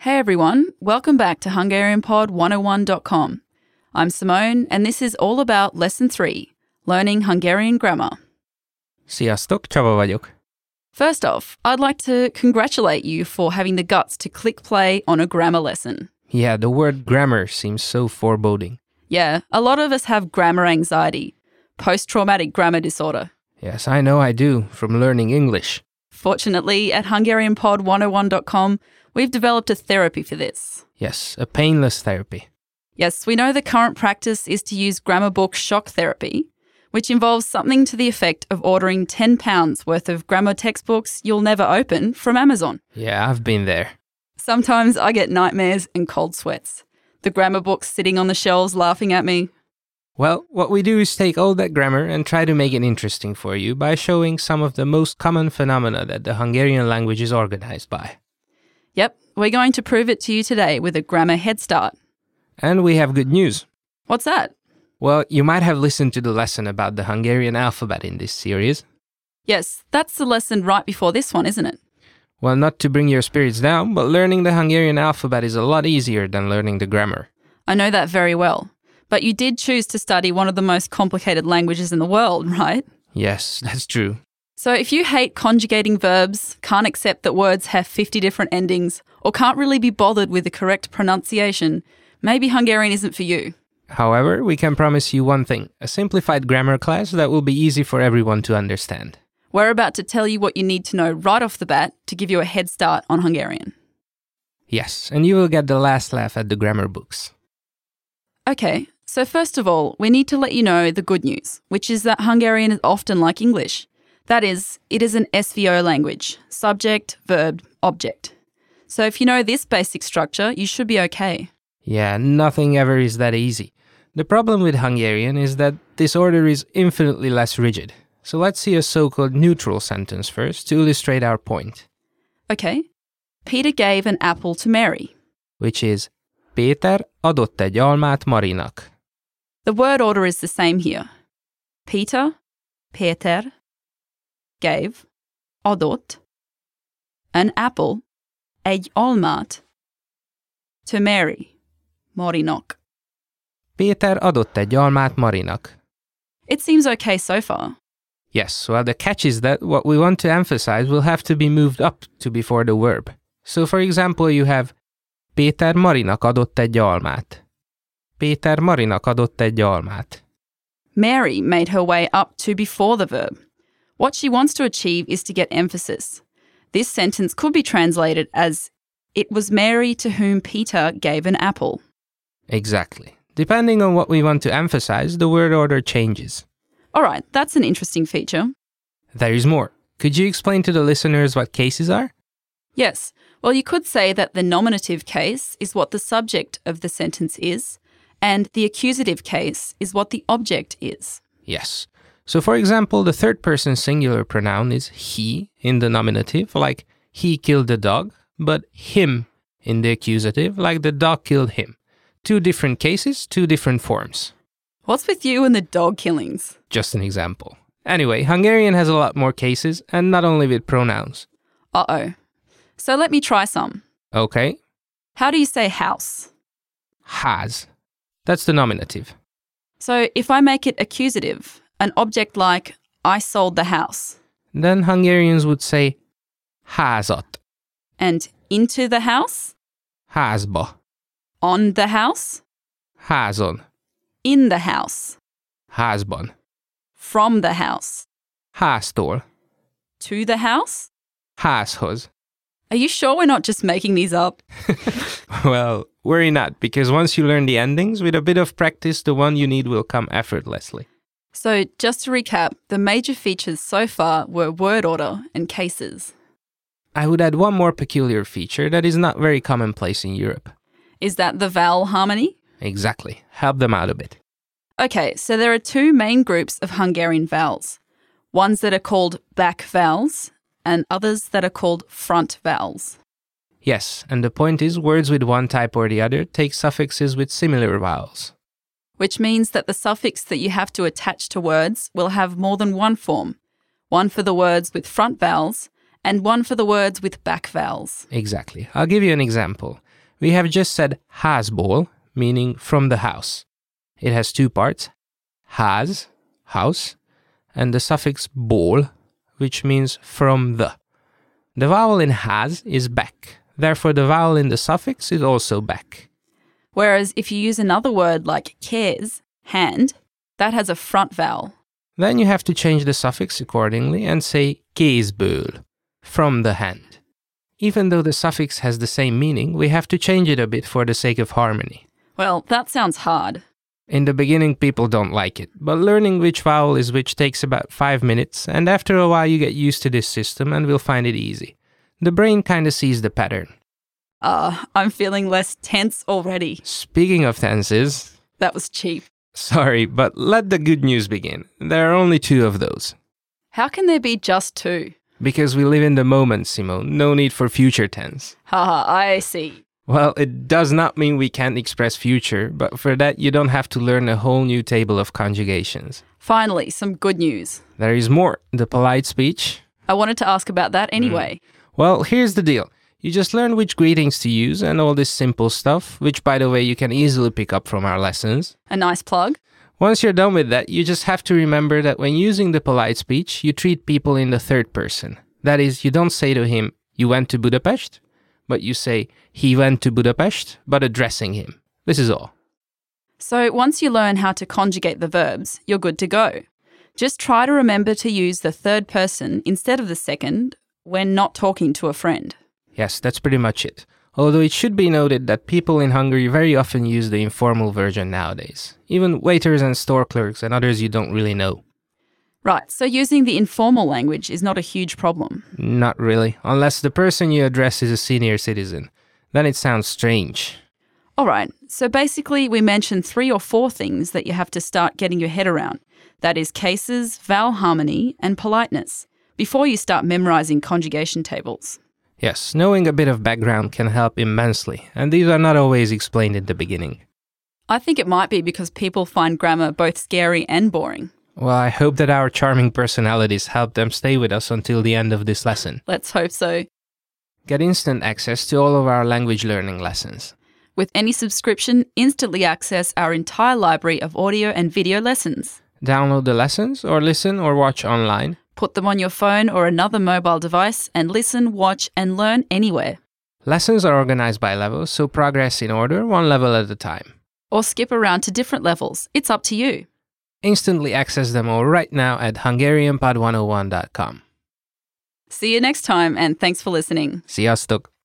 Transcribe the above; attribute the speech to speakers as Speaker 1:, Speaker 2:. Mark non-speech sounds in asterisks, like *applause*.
Speaker 1: Hey everyone, welcome back to HungarianPod101.com. I'm Simone, and this is all about Lesson 3 Learning Hungarian Grammar.
Speaker 2: Sziasztok, Csaba vagyok.
Speaker 1: First off, I'd like to congratulate you for having the guts to click play on a grammar lesson.
Speaker 2: Yeah, the word grammar seems so foreboding.
Speaker 1: Yeah, a lot of us have grammar anxiety, post traumatic grammar disorder.
Speaker 2: Yes, I know I do from learning English.
Speaker 1: Fortunately, at HungarianPod101.com, we've developed a therapy for this.
Speaker 2: Yes, a painless therapy.
Speaker 1: Yes, we know the current practice is to use grammar book shock therapy, which involves something to the effect of ordering £10 worth of grammar textbooks you'll never open from Amazon.
Speaker 2: Yeah, I've been there.
Speaker 1: Sometimes I get nightmares and cold sweats. The grammar books sitting on the shelves laughing at me.
Speaker 2: Well, what we do is take all that grammar and try to make it interesting for you by showing some of the most common phenomena that the Hungarian language is organized by.
Speaker 1: Yep, we're going to prove it to you today with a grammar head start.
Speaker 2: And we have good news.
Speaker 1: What's that?
Speaker 2: Well, you might have listened to the lesson about the Hungarian alphabet in this series.
Speaker 1: Yes, that's the lesson right before this one, isn't it?
Speaker 2: Well, not to bring your spirits down, but learning the Hungarian alphabet is a lot easier than learning the grammar.
Speaker 1: I know that very well. But you did choose to study one of the most complicated languages in the world, *laughs* right?
Speaker 2: Yes, *laughs* that's true.
Speaker 1: So if you hate conjugating verbs, can't accept that words have 50 different endings, or can't really be bothered with the correct pronunciation, maybe Hungarian isn't for you.
Speaker 2: However, we can promise you one thing a simplified grammar class that will be easy for everyone to understand.
Speaker 1: We're about to tell you what you need to know right off the bat to give you a head start on Hungarian.
Speaker 2: Yes, and you will get the last laugh at the grammar books.
Speaker 1: Okay, so first of all, we need to let you know the good news, which is that Hungarian is often like English. That is, it is an SVO language subject, verb, object. So if you know this basic structure, you should be okay.
Speaker 2: Yeah, nothing ever is that easy. The problem with Hungarian is that this order is infinitely less rigid. So let's see a so called neutral sentence first to illustrate our point,
Speaker 1: Okay? Peter gave an apple to Mary.
Speaker 2: which is Péter adott egy almát Marinak.
Speaker 1: The word order is the same here. Peter, Peter, gave, adott, an apple, egy olmat, to Mary, Morinok.
Speaker 2: Péter adott egy almát Marinak.
Speaker 1: It seems okay so far.
Speaker 2: Yes, well, the catch is that what we want to emphasize will have to be moved up to before the verb. So, for example, you have Péter Marinak adott egy almát. Péter Marinak adott egy almát.
Speaker 1: Mary made her way up to before the verb. What she wants to achieve is to get emphasis. This sentence could be translated as It was Mary to whom Peter gave an apple.
Speaker 2: Exactly. Depending on what we want to emphasize, the word order changes.
Speaker 1: All right, that's an interesting feature.
Speaker 2: There is more. Could you explain to the listeners what cases are?
Speaker 1: Yes. Well, you could say that the nominative case is what the subject of the sentence is, and the accusative case is what the object is.
Speaker 2: Yes. So, for example, the third person singular pronoun is he in the nominative, like he killed the dog, but him in the accusative, like the dog killed him. Two different cases, two different forms.
Speaker 1: What's with you and the dog killings?
Speaker 2: Just an example. Anyway, Hungarian has a lot more cases, and not only with pronouns.
Speaker 1: Uh oh. So let me try some.
Speaker 2: Okay,
Speaker 1: How do you say house?
Speaker 2: has. That's the nominative.
Speaker 1: So if I make it accusative, an object like I sold the house
Speaker 2: Then Hungarians would say házat,
Speaker 1: and into the house,
Speaker 2: házba,
Speaker 1: on the house,
Speaker 2: házon,
Speaker 1: in the house,
Speaker 2: házban,
Speaker 1: from the house,
Speaker 2: háztól,
Speaker 1: to the house.
Speaker 2: házhoz.
Speaker 1: Are you sure we're not just making these up?
Speaker 2: Well, worry not, because once you learn the endings, with a bit of practice, the one you need will come effortlessly.
Speaker 1: So, just to recap, the major features so far were word order and cases.
Speaker 2: I would add one more peculiar feature that is not very commonplace in Europe.
Speaker 1: Is that the vowel harmony?
Speaker 2: Exactly. Help them out a bit.
Speaker 1: Okay, so there are two main groups of Hungarian vowels ones that are called back vowels and others that are called front vowels.
Speaker 2: Yes, and the point is words with one type or the other take suffixes with similar vowels.
Speaker 1: which means that the suffix that you have to attach to words will have more than one form one for the words with front vowels and one for the words with back vowels.
Speaker 2: Exactly. I'll give you an example. We have just said hasbol, meaning from the house. It has two parts has, house, and the suffix bol, which means from the. The vowel in has is back, therefore, the vowel in the suffix is also back.
Speaker 1: Whereas if you use another word like cares, hand, that has a front vowel.
Speaker 2: Then you have to change the suffix accordingly and say kesbol, from the hand. Even though the suffix has the same meaning, we have to change it a bit for the sake of harmony.
Speaker 1: Well, that sounds hard.
Speaker 2: In the beginning, people don't like it, but learning which vowel is which takes about 5 minutes, and after a while, you get used to this system and will find it easy. The brain kinda sees the pattern.
Speaker 1: Ah, I'm feeling less tense already.
Speaker 2: Speaking of tenses, *laughs*
Speaker 1: That was cheap.
Speaker 2: sorry, but let the good news begin. There are only two of those.
Speaker 1: How can there be just two?
Speaker 2: Because we live in the moment, Simone, no need for future tense.
Speaker 1: Haha, I see.
Speaker 2: Well, it does not mean we can't express future, but for that, you don't have to learn a whole new table of conjugations.
Speaker 1: Finally, some good news.
Speaker 2: There is more the polite speech,
Speaker 1: I wanted to ask about that anyway.
Speaker 2: Well, here's the deal. You just learn which greetings to use and all this simple stuff, which, by the way, you can easily pick up from our lessons.
Speaker 1: A nice plug.
Speaker 2: Once you're done with that, you just have to remember that when using the polite speech, you treat people in the third person. That is, you don't say to him, you went to Budapest, but you say, he went to Budapest, but addressing him. This is all.
Speaker 1: So, once you learn how to conjugate the verbs, you're good to go. Just try to remember to use the third person instead of the second when not talking to a friend.
Speaker 2: Yes, that's pretty much it. Although it should be noted that people in Hungary very often use the informal version nowadays, even waiters and store clerks and others you don't really know.
Speaker 1: Right, so using the informal language is not a huge problem.
Speaker 2: Not really, unless the person you address is a senior citizen. Then it sounds strange.
Speaker 1: All right, so basically, we mentioned three or four things that you have to start getting your head around that is, cases, vowel harmony, and politeness before you start memorizing conjugation tables.
Speaker 2: Yes, knowing a bit of background can help immensely, and these are not always explained in the beginning.
Speaker 1: I think it might be because people find grammar both scary and boring.
Speaker 2: Well, I hope that our charming personalities help them stay with us until the end of this lesson.
Speaker 1: Let's hope so.
Speaker 2: Get instant access to all of our language learning lessons.
Speaker 1: With any subscription, instantly access our entire library of audio and video lessons.
Speaker 2: Download the lessons, or listen or watch online.
Speaker 1: Put them on your phone or another mobile device and listen, watch, and learn anywhere.
Speaker 2: Lessons are organized by levels, so progress in order, one level at a time.
Speaker 1: Or skip around to different levels. It's up to you.
Speaker 2: Instantly access them all right now at HungarianPod101.com.
Speaker 1: See you next time, and thanks for listening.
Speaker 2: Sziasztok!